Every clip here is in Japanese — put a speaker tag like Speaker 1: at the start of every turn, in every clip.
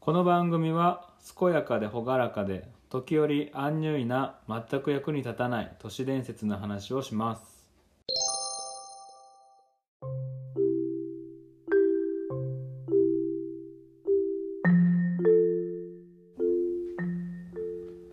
Speaker 1: この番組は健やかで朗らかで時折アンニュイな全く役に立たない都市伝説の話をします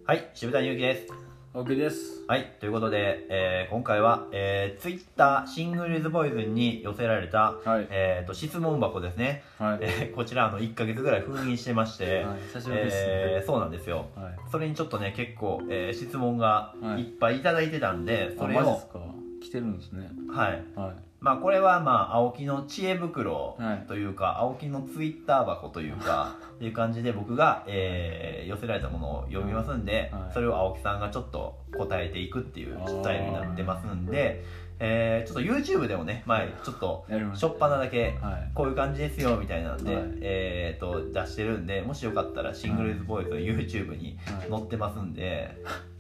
Speaker 2: はい、渋谷祐樹です。
Speaker 1: OK です
Speaker 2: はい、ということで、えー今回は、えー、Twitter シングルズボイズに寄せられた、
Speaker 1: はい
Speaker 2: えー、と質問箱ですね、
Speaker 1: はい、
Speaker 2: えーこちらあの1ヶ月ぐらい封印してまして、
Speaker 1: はい久しぶりですね
Speaker 2: えーそうなんですよ
Speaker 1: はい
Speaker 2: それにちょっとね結構、えー質問が
Speaker 1: はい
Speaker 2: いっぱいいただいてたんで、それ
Speaker 1: あマジっ
Speaker 2: を
Speaker 1: すか来てるんですね
Speaker 2: はい
Speaker 1: は
Speaker 2: まあこれはまあ青木の知恵袋
Speaker 1: はい
Speaker 2: というか、青木のツイッター箱という かっていう感じで僕が、えー寄せられたものを読みますんで、
Speaker 1: はいはい
Speaker 2: それを青木さんがちょっと答えていくっていうスタイルになってますんで、えーちょっと YouTube でもね前ちょっと
Speaker 1: いやりまし
Speaker 2: しょ
Speaker 1: た
Speaker 2: っぱなだけ
Speaker 1: はい
Speaker 2: こういう感じですよみたいなので、
Speaker 1: はい
Speaker 2: えー、と出してるんでもしよかったらシングルズボーイズの YouTube に
Speaker 1: はい
Speaker 2: 載ってますんで、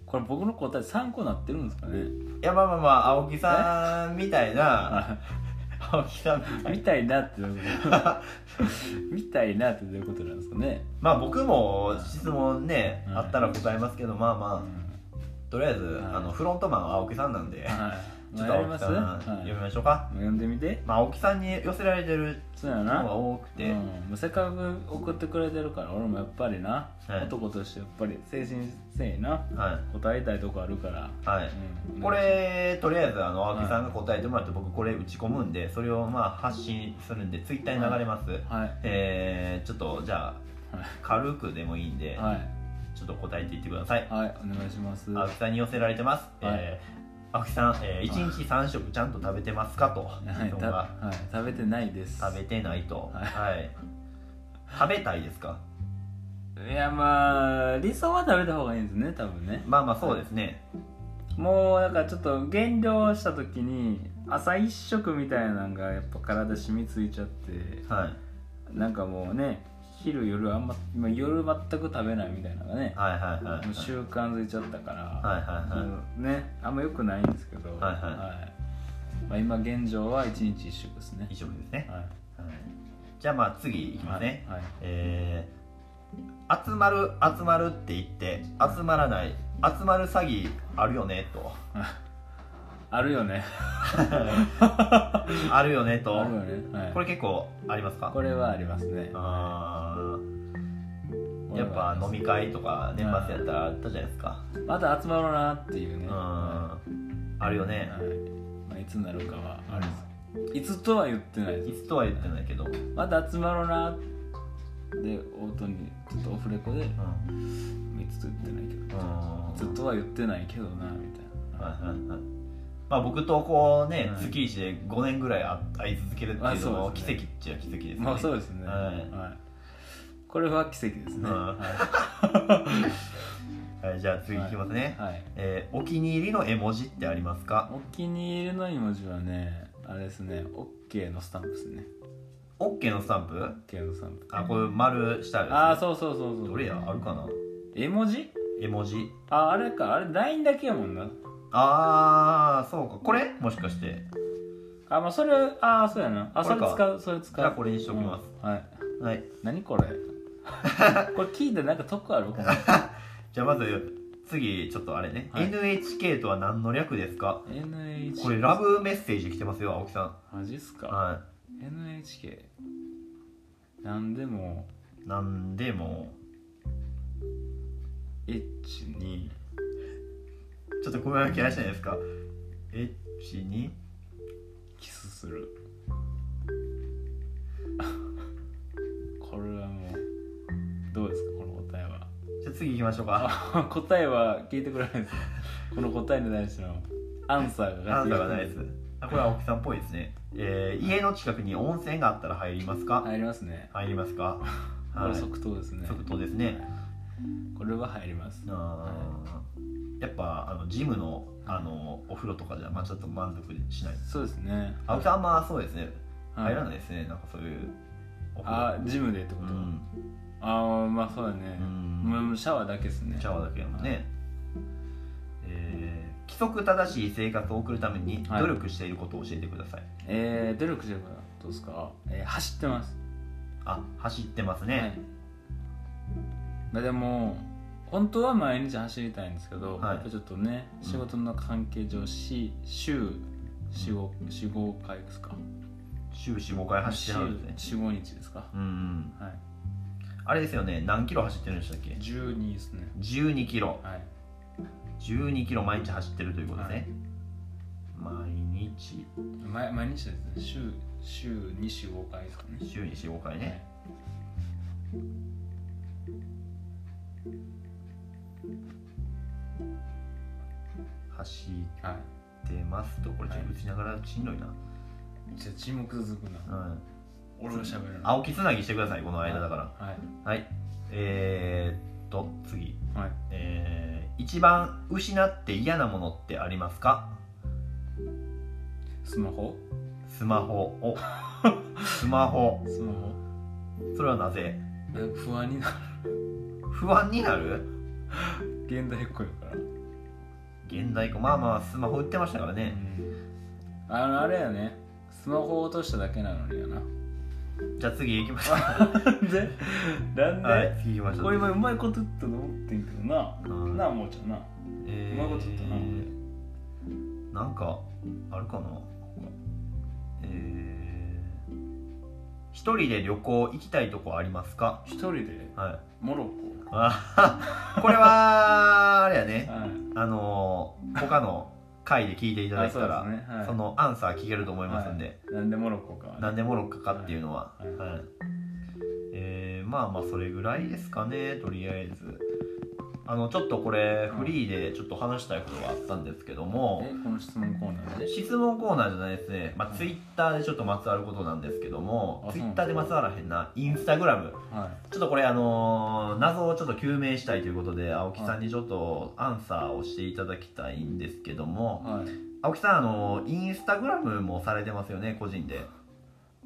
Speaker 1: これ僕の答え参考になってるんですかね
Speaker 2: い、やまあまあまあ青木さんみたいな
Speaker 1: は
Speaker 2: 青木さんみたい
Speaker 1: い見たい
Speaker 2: な
Speaker 1: なってどういう こと見たいなってどういうことなんですかね
Speaker 2: まあ僕も質問ね、
Speaker 1: うん
Speaker 2: あったら答えますけどまあ
Speaker 1: う
Speaker 2: ま
Speaker 1: ん
Speaker 2: あとりあえず、
Speaker 1: ん
Speaker 2: あのフロントマンは青木さんなんで、
Speaker 1: はい
Speaker 2: ちょ
Speaker 1: まあ
Speaker 2: っ
Speaker 1: やり
Speaker 2: と青
Speaker 1: ま
Speaker 2: 木
Speaker 1: す
Speaker 2: さん、
Speaker 1: はい
Speaker 2: 読みましょうか、
Speaker 1: 読んでみて
Speaker 2: まあ、青木さんに寄せられてる
Speaker 1: そうや
Speaker 2: の
Speaker 1: な
Speaker 2: が多くて、
Speaker 1: うん、もうせっかく送ってくれてるから俺もやっぱりな、
Speaker 2: はい
Speaker 1: 男としてやっぱり精神性にな
Speaker 2: は
Speaker 1: 答えたいとこあるから、
Speaker 2: い、はい
Speaker 1: うん
Speaker 2: これとりあえずあの青木さんが答えてもらって僕これ打ち込むんでそれをまあ発信するんでツイッターに流れます、
Speaker 1: はい
Speaker 2: えー、ちょっとじゃあ
Speaker 1: はい
Speaker 2: 軽くでもいいんで、
Speaker 1: はい、
Speaker 2: ちょっと答えていってください
Speaker 1: はい、お願いします
Speaker 2: 青木さんに寄せられてます、えー青木さん、えー、1日3食ちゃんと食べてますかと
Speaker 1: はい
Speaker 2: 質問
Speaker 1: た
Speaker 2: が
Speaker 1: はい、食べてないです
Speaker 2: 食べてないと
Speaker 1: は
Speaker 2: はい食べたいですか
Speaker 1: いやまあ理想は食べた方がいいんですね多分ね
Speaker 2: まあまあそうですね
Speaker 1: もうだからちょっと減量した時に朝一食みたいなのがやっぱ体染みついちゃって
Speaker 2: はい
Speaker 1: なんかもうね昼夜あんままあ夜全く食べないみたいなのがね
Speaker 2: はいはいはいはい
Speaker 1: もう習慣づいちゃったから、
Speaker 2: はいはいはい
Speaker 1: そのねあんま良くないんですけど、
Speaker 2: はいはい
Speaker 1: いまあ、今現状は一日一食ですね
Speaker 2: 以、上ですね、
Speaker 1: はい、
Speaker 2: はい、じゃあまあ次いきますね、
Speaker 1: はい、
Speaker 2: えー集まる集まるって言って集まらない集まる詐欺あるよねと
Speaker 1: あるよね
Speaker 2: あるよねと
Speaker 1: あるよね、はい、
Speaker 2: これ結構ありますか
Speaker 1: これはありますね
Speaker 2: あーやっ
Speaker 1: これはあ
Speaker 2: ぱ
Speaker 1: ります
Speaker 2: 飲み会とか年末やったらあったじゃないですか
Speaker 1: また集まろうなっていう
Speaker 2: う
Speaker 1: ね、
Speaker 2: ん
Speaker 1: は
Speaker 2: あるよ
Speaker 1: い
Speaker 2: ね
Speaker 1: まあ、いつになるかはあるんですけどいつとは言ってないで
Speaker 2: い
Speaker 1: す
Speaker 2: つとは言ってないけど、うん
Speaker 1: また集まろうなで音にちょっとオフレコでい
Speaker 2: うん
Speaker 1: つと言ってないけどい
Speaker 2: は
Speaker 1: つとは言ってないけどなみたい
Speaker 2: い
Speaker 1: な、
Speaker 2: はいはいまあ僕とこうね
Speaker 1: はい
Speaker 2: 月一で5年ぐらいあ会い続けるっていうの
Speaker 1: あそ
Speaker 2: も
Speaker 1: うで
Speaker 2: 奇
Speaker 1: す
Speaker 2: 跡
Speaker 1: ね
Speaker 2: っちゃ奇跡ですね
Speaker 1: まあそうですね、
Speaker 2: はい
Speaker 1: いこれは奇跡ですね、
Speaker 2: うん
Speaker 1: は
Speaker 2: はいじゃあ次いきますね、
Speaker 1: いはい、
Speaker 2: えーお気に入りの絵文字ってありますか
Speaker 1: お気に入りの絵文字はねあれですね OK のスタンプですね
Speaker 2: OK のスタンプ
Speaker 1: OK のスタンプ
Speaker 2: あこれ丸したやつ
Speaker 1: ああそうそうそうそう
Speaker 2: どれやあるかな
Speaker 1: 絵文字
Speaker 2: 絵文字
Speaker 1: ああれかあれ LINE だけやもんな
Speaker 2: ああそうかこれもしかして
Speaker 1: あまあそれああそうやなあ
Speaker 2: こ
Speaker 1: そ
Speaker 2: れ
Speaker 1: れ
Speaker 2: か
Speaker 1: 使うそれ使う
Speaker 2: じゃあこれにしときます
Speaker 1: うんはい
Speaker 2: はい
Speaker 1: 何 これこれ聞いてなんか得あるかな
Speaker 2: じゃあまず次ちょっとあれね、
Speaker 1: はい
Speaker 2: NHK とは何の略ですか
Speaker 1: NHK
Speaker 2: これラブメッセージ来てますよ青木さ
Speaker 1: マジっす
Speaker 2: ん
Speaker 1: か
Speaker 2: は
Speaker 1: NHK なんでも
Speaker 2: いなんでも
Speaker 1: H に
Speaker 2: ちょっとこれは嫌いじゃないですか H に
Speaker 1: キスする これはもうどうですかこの答えは
Speaker 2: じゃあ次行きましょうか
Speaker 1: あ答えは聞いてくれないです この答えに対してのアンサーが
Speaker 2: あなたがないです。あこれは青木さんっぽいですね。えー、家の近くに温泉があったら入りますか、
Speaker 1: 入りますね
Speaker 2: 入りますか
Speaker 1: こ
Speaker 2: は
Speaker 1: れ
Speaker 2: い。
Speaker 1: 即答ですね
Speaker 2: 即答ですね。
Speaker 1: これは入ります
Speaker 2: あーやっぱあのジムのあのお風呂とかじゃ、まあ、ちょっと満足しない。
Speaker 1: そうですね
Speaker 2: 青木さんあんまそうですね。
Speaker 1: はい
Speaker 2: 入らないですね。なんかそういうお風呂。
Speaker 1: あジムでってこ
Speaker 2: う
Speaker 1: と、
Speaker 2: ん。
Speaker 1: ああまあそうだね
Speaker 2: う、ん。
Speaker 1: もうシャワーだけですね
Speaker 2: シャワーだけやもんね。えー規則正しい生活を送るために努力していることを教えてください。
Speaker 1: えー、努力してるからどうですか、えー、走ってます
Speaker 2: あ、走ってますね。
Speaker 1: はいまあでも本当は毎日走りたいんですけど、
Speaker 2: はい
Speaker 1: やっぱちょっとね
Speaker 2: うん
Speaker 1: 仕事の関係上し週45回ですか
Speaker 2: 週45回走ってはるんですね
Speaker 1: 45日ですか、
Speaker 2: うんうん
Speaker 1: はい
Speaker 2: あれですよね何キロ走ってるんでしたっけ
Speaker 1: 12ですね
Speaker 2: 12キロ
Speaker 1: はい
Speaker 2: 12キロ毎日走ってるということですね、毎日
Speaker 1: 毎毎日ですね週週25回ですかね
Speaker 2: 週に45回ね、走っ
Speaker 1: はい、は
Speaker 2: てますとこれちょっと打ちながらしんどいな、
Speaker 1: い、じゃあ沈黙続くな
Speaker 2: うん、
Speaker 1: 俺が喋るな
Speaker 2: 青木つなぎしてくださいこの間だから
Speaker 1: はい
Speaker 2: はいえー、っと次
Speaker 1: はい
Speaker 2: えー、一番失って嫌なものってありますか
Speaker 1: スマホ
Speaker 2: スマホお スマホ
Speaker 1: スマホ
Speaker 2: それはなぜ
Speaker 1: なんか不安にな
Speaker 2: 不安になる
Speaker 1: る現代っ子やから
Speaker 2: 現代子まあまあスマホ売ってましたからね
Speaker 1: あのあれやねスマホを落としただけなのにやな
Speaker 2: じゃあ次行き ましょ
Speaker 1: なんでなんで、
Speaker 2: うはい次行きましょう
Speaker 1: これ今うまいこと言ったと思ってんけどな
Speaker 2: うん
Speaker 1: なあもうちゃんな
Speaker 2: え
Speaker 1: うまいこと言ったな
Speaker 2: なんかあるかなえー、一人で旅行行きたいとこありますか
Speaker 1: 一人で
Speaker 2: はい
Speaker 1: モロッ
Speaker 2: あ これはあれや
Speaker 1: コ
Speaker 2: ね
Speaker 1: はい
Speaker 2: あのー他の回で聞いていただいたら
Speaker 1: あそうですねはい
Speaker 2: そのアンサー聞けると思いますんで、
Speaker 1: なんでモロッコかはね
Speaker 2: なんでモロッカかっていうのは、
Speaker 1: はい
Speaker 2: はいえーまあまあそれぐらいですかねとりあえずあのちょっとこれフリーでちょっと話したいことがあったんですけども
Speaker 1: えこの質問コーナーで
Speaker 2: 質問コーナーじゃないですね、ま
Speaker 1: う
Speaker 2: あ、
Speaker 1: ん
Speaker 2: ツイッターでちょっとまつわることなんですけども
Speaker 1: あ
Speaker 2: ツイッターでまつわらへんなインスタグラム
Speaker 1: は
Speaker 2: ちょっとこれあのー謎をちょっと究明したいということで青木さんにちょっとアンサーをしていただきたいんですけども、
Speaker 1: いは
Speaker 2: 青木さんあのインスタグラムもされてますよね個人で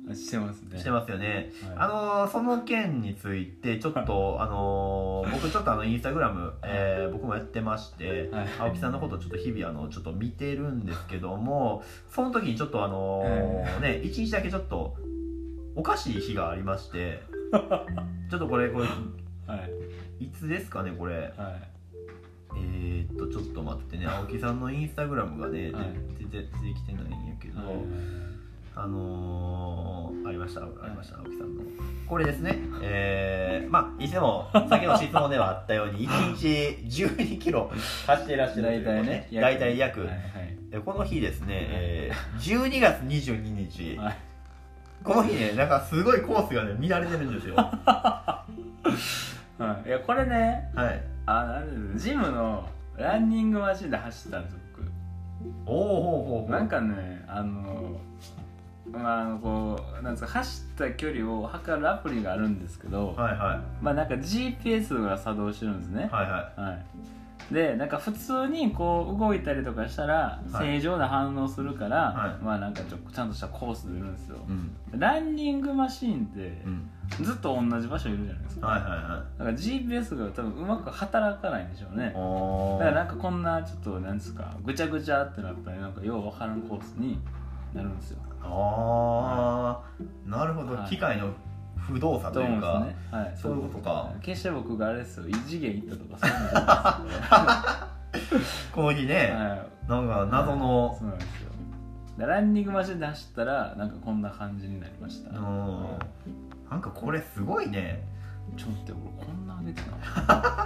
Speaker 1: いしてますね
Speaker 2: してますよね
Speaker 1: はい
Speaker 2: あのーその件についてちょっとあのー僕ちょっとあのインスタグラム、えー僕もやってまして
Speaker 1: はい
Speaker 2: 青木さんのことちょっと日々あのちょっと見てるんですけどもその時にちょっとあのーね一日だけちょっとおかしい日がありまして ちょっとこれこれ
Speaker 1: はい
Speaker 2: いつですかねこれ
Speaker 1: はい
Speaker 2: えー、っとちょっと待ってね青木さんのインスタグラムがね
Speaker 1: はい
Speaker 2: 出て出てきてないんやけど、あのー、ありました、ありました、青木さんの。これですね、えー、まあ、いつでも、先の質問ではあったよ うに、1日12キロ走っていらっしゃると
Speaker 1: 大
Speaker 2: いうこと
Speaker 1: 体
Speaker 2: で
Speaker 1: ね
Speaker 2: 大体約、
Speaker 1: はいはい
Speaker 2: でこの日ですね、えー、12月22日、
Speaker 1: はい
Speaker 2: この日ね、なんかすごいコースがね、乱れてるんです よ。は
Speaker 1: はい、いやこれね
Speaker 2: い。
Speaker 1: あなんでジムのランニングマシンで走ったんです僕
Speaker 2: おおほうほうほう。
Speaker 1: なんかねあのまああのこうなんですか走った距離を測るアプリがあるんですけど、
Speaker 2: はいはい。
Speaker 1: まあなんか GPS が作動してるんですね、
Speaker 2: はいは
Speaker 1: はい、でなんか普通にこう動いたりとかしたら
Speaker 2: はい
Speaker 1: 正常な反応するから、
Speaker 2: はい
Speaker 1: まあなんかちょちゃんとしたコースで出るんですよ
Speaker 2: い。うん。
Speaker 1: ランニングマシンって
Speaker 2: うん。
Speaker 1: ずっと同じ場所いるじゃないですか、
Speaker 2: はいはいはい。
Speaker 1: だから GPS が多分うまく働かないんでしょうね
Speaker 2: お
Speaker 1: だからな
Speaker 2: ー
Speaker 1: んかこんなちょっとなんですかぐちゃぐちゃってなったりなんかようわからんコースになるんですよ
Speaker 2: あー、なるほど、
Speaker 1: はい
Speaker 2: 機械の不動作
Speaker 1: と
Speaker 2: と
Speaker 1: 思
Speaker 2: いううんか。
Speaker 1: ですねはい
Speaker 2: そういうことか
Speaker 1: 決して僕があれですよ異次元行ったと かそういうんじゃ
Speaker 2: この日
Speaker 1: ない
Speaker 2: ね
Speaker 1: です、はい
Speaker 2: なんか謎の
Speaker 1: そ、うなんですよでランニングマシンで走ったらなんかこんな感じになりました
Speaker 2: あのーなんかこれすごいね
Speaker 1: ちょっと待って俺こんな上げてた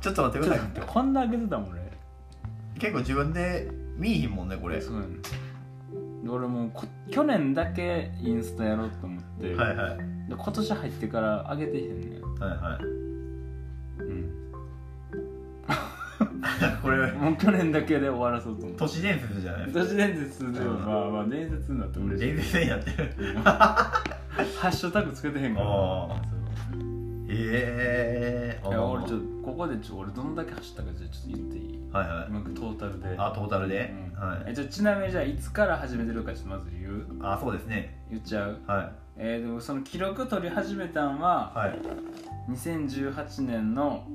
Speaker 2: ちょっと待って
Speaker 1: ち
Speaker 2: く
Speaker 1: ょ
Speaker 2: だ
Speaker 1: っと待
Speaker 2: さ
Speaker 1: ってこんな上げてたもん俺
Speaker 2: い結構自分で見いひんもんねこれ
Speaker 1: そうやねで俺もうこ去年だけインスタやろうと思って、
Speaker 2: はいはいはい
Speaker 1: で今年入ってから上げてへんねん
Speaker 2: はい
Speaker 1: うん、
Speaker 2: これ
Speaker 1: もう去年だけで終わらそうと思って
Speaker 2: 都市伝説じゃない ですか
Speaker 1: 都市伝説でもまあまあ伝説になって嬉しい
Speaker 2: 伝説になってる
Speaker 1: ハッシュタグつけてへんから
Speaker 2: あ
Speaker 1: そう
Speaker 2: ええー、
Speaker 1: いや俺ちょ
Speaker 2: っ
Speaker 1: っとここでちょ俺どんだけ走ったかちょっと言っていい
Speaker 2: とはいはい
Speaker 1: なんかトータルで
Speaker 2: あトータルで、
Speaker 1: うん
Speaker 2: はい
Speaker 1: えちょちなみにじゃあいつから始めてるかちょっとまず言う
Speaker 2: あそうですね
Speaker 1: 言っちゃう
Speaker 2: は
Speaker 1: えー、でもその記録取り始めたん
Speaker 2: い
Speaker 1: は
Speaker 2: はい
Speaker 1: 2018年の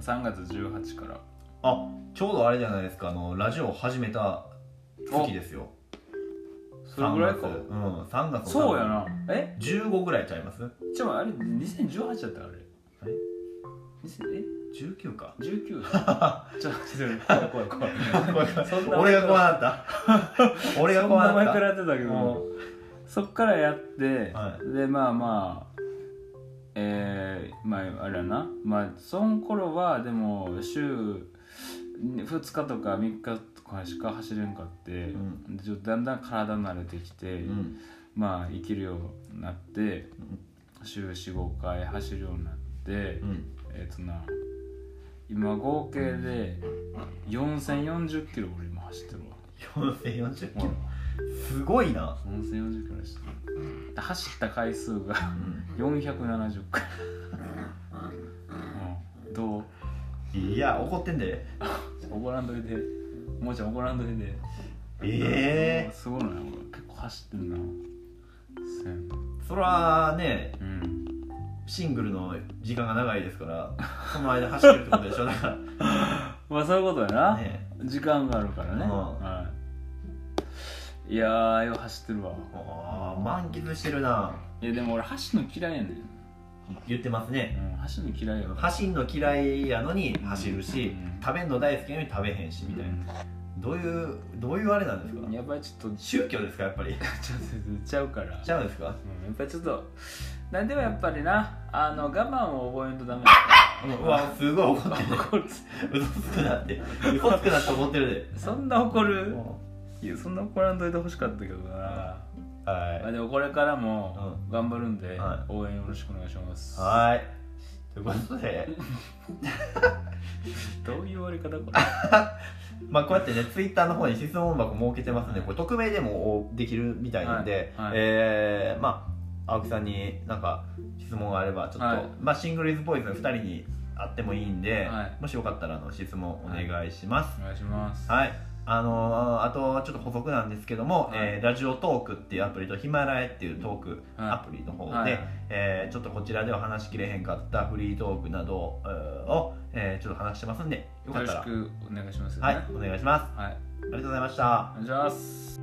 Speaker 1: 3月18から
Speaker 2: あちょうどあれじゃないですかあのラジオ始めた月ですよ
Speaker 1: それぐらいか
Speaker 2: 3月うん3月の
Speaker 1: そうやなえ
Speaker 2: 15ぐらいちゃいます
Speaker 1: ちょあれ2018だったあれ
Speaker 2: あれ19か
Speaker 1: 19? ちょっと待って怖い怖い怖い そんな
Speaker 2: 俺が怖 なった俺が怖
Speaker 1: そんな
Speaker 2: な
Speaker 1: 前
Speaker 2: っ
Speaker 1: から
Speaker 2: た
Speaker 1: やってたけどそっからやって、
Speaker 2: は
Speaker 1: でまあまあえー、まああれやなまあその頃はでも週2日とか3日とかしか走れんかって、
Speaker 2: ん
Speaker 1: でちょっとだんだん体慣れてきて、
Speaker 2: うん
Speaker 1: まあ生きるようになって週45回走るようになって、
Speaker 2: うん
Speaker 1: えっ、とな今合計で4040キロ俺今走ってるわ
Speaker 2: 4040キ
Speaker 1: ほら
Speaker 2: ロすごいな、
Speaker 1: 4040キロ走ってるで走った回数が470回、うん、どう
Speaker 2: いや怒ってんで
Speaker 1: 怒らんといてもーちゃん怒らんといて
Speaker 2: ええ
Speaker 1: すごいな俺結構走ってんなせん
Speaker 2: ー、そらね
Speaker 1: うん
Speaker 2: シングルの時間が長いですからその間走ってるってことでしょだか
Speaker 1: まあそういうことや
Speaker 2: ら
Speaker 1: な、
Speaker 2: ね
Speaker 1: 時間があるからね、
Speaker 2: うん
Speaker 1: はい、いやーよう走ってるわ
Speaker 2: あー満喫してるない
Speaker 1: やでも俺走るの嫌いやねん、
Speaker 2: 言ってますね
Speaker 1: うん、走るの嫌いよ
Speaker 2: 走んの嫌いやのに走るし、
Speaker 1: うん
Speaker 2: 食べんの大好きやのに食べへんしみたいな、どういうどういうあれなんですか
Speaker 1: うんやっぱりちょっと
Speaker 2: 宗教ですかやっぱ
Speaker 1: ち
Speaker 2: り
Speaker 1: ょっと言っちゃうから
Speaker 2: ちゃうんですか
Speaker 1: うん、やっぱりちょっとなんでもやっぱりなあの我慢を覚えんと ダメだ
Speaker 2: うわすごい怒って
Speaker 1: 怒る
Speaker 2: る嘘つくなって嘘つくなって怒ってるで
Speaker 1: そんな怒る
Speaker 2: はい
Speaker 1: やそんな怒らんといてほしかったけどな、まあ、
Speaker 2: い
Speaker 1: でもこれからも頑張るんで、
Speaker 2: は
Speaker 1: 応援よろしくお願いします
Speaker 2: はいということで
Speaker 1: どういう終わり方こ
Speaker 2: まあこうやってねツイッターの方に質問箱設けてますんでこれ匿名でもできるみたいなんで、
Speaker 1: はいはい
Speaker 2: えーまあ青木さんになんか質問があればちょっと、
Speaker 1: はい
Speaker 2: まあシングルイズボーイズの2人に会ってもいいんで、
Speaker 1: はい
Speaker 2: もしよかったらあの質問お願いします、
Speaker 1: れお願いします
Speaker 2: はい。あのーあとちょっと補足なんですけど
Speaker 1: は
Speaker 2: も、
Speaker 1: い
Speaker 2: えーラジオトークっていうアプリとヒマラヤっていうトーク
Speaker 1: はい
Speaker 2: アプリの方で、
Speaker 1: はい
Speaker 2: えーちょっとこちらでは話しきれへんかったフリートークなどえーを、えーちょっと話してますんでよか
Speaker 1: よ
Speaker 2: っ
Speaker 1: ろ
Speaker 2: た
Speaker 1: し
Speaker 2: ら、
Speaker 1: くお願いしますよ
Speaker 2: は
Speaker 1: ね
Speaker 2: い、お願いします。
Speaker 1: はい、
Speaker 2: ありがとうございました。
Speaker 1: お願いします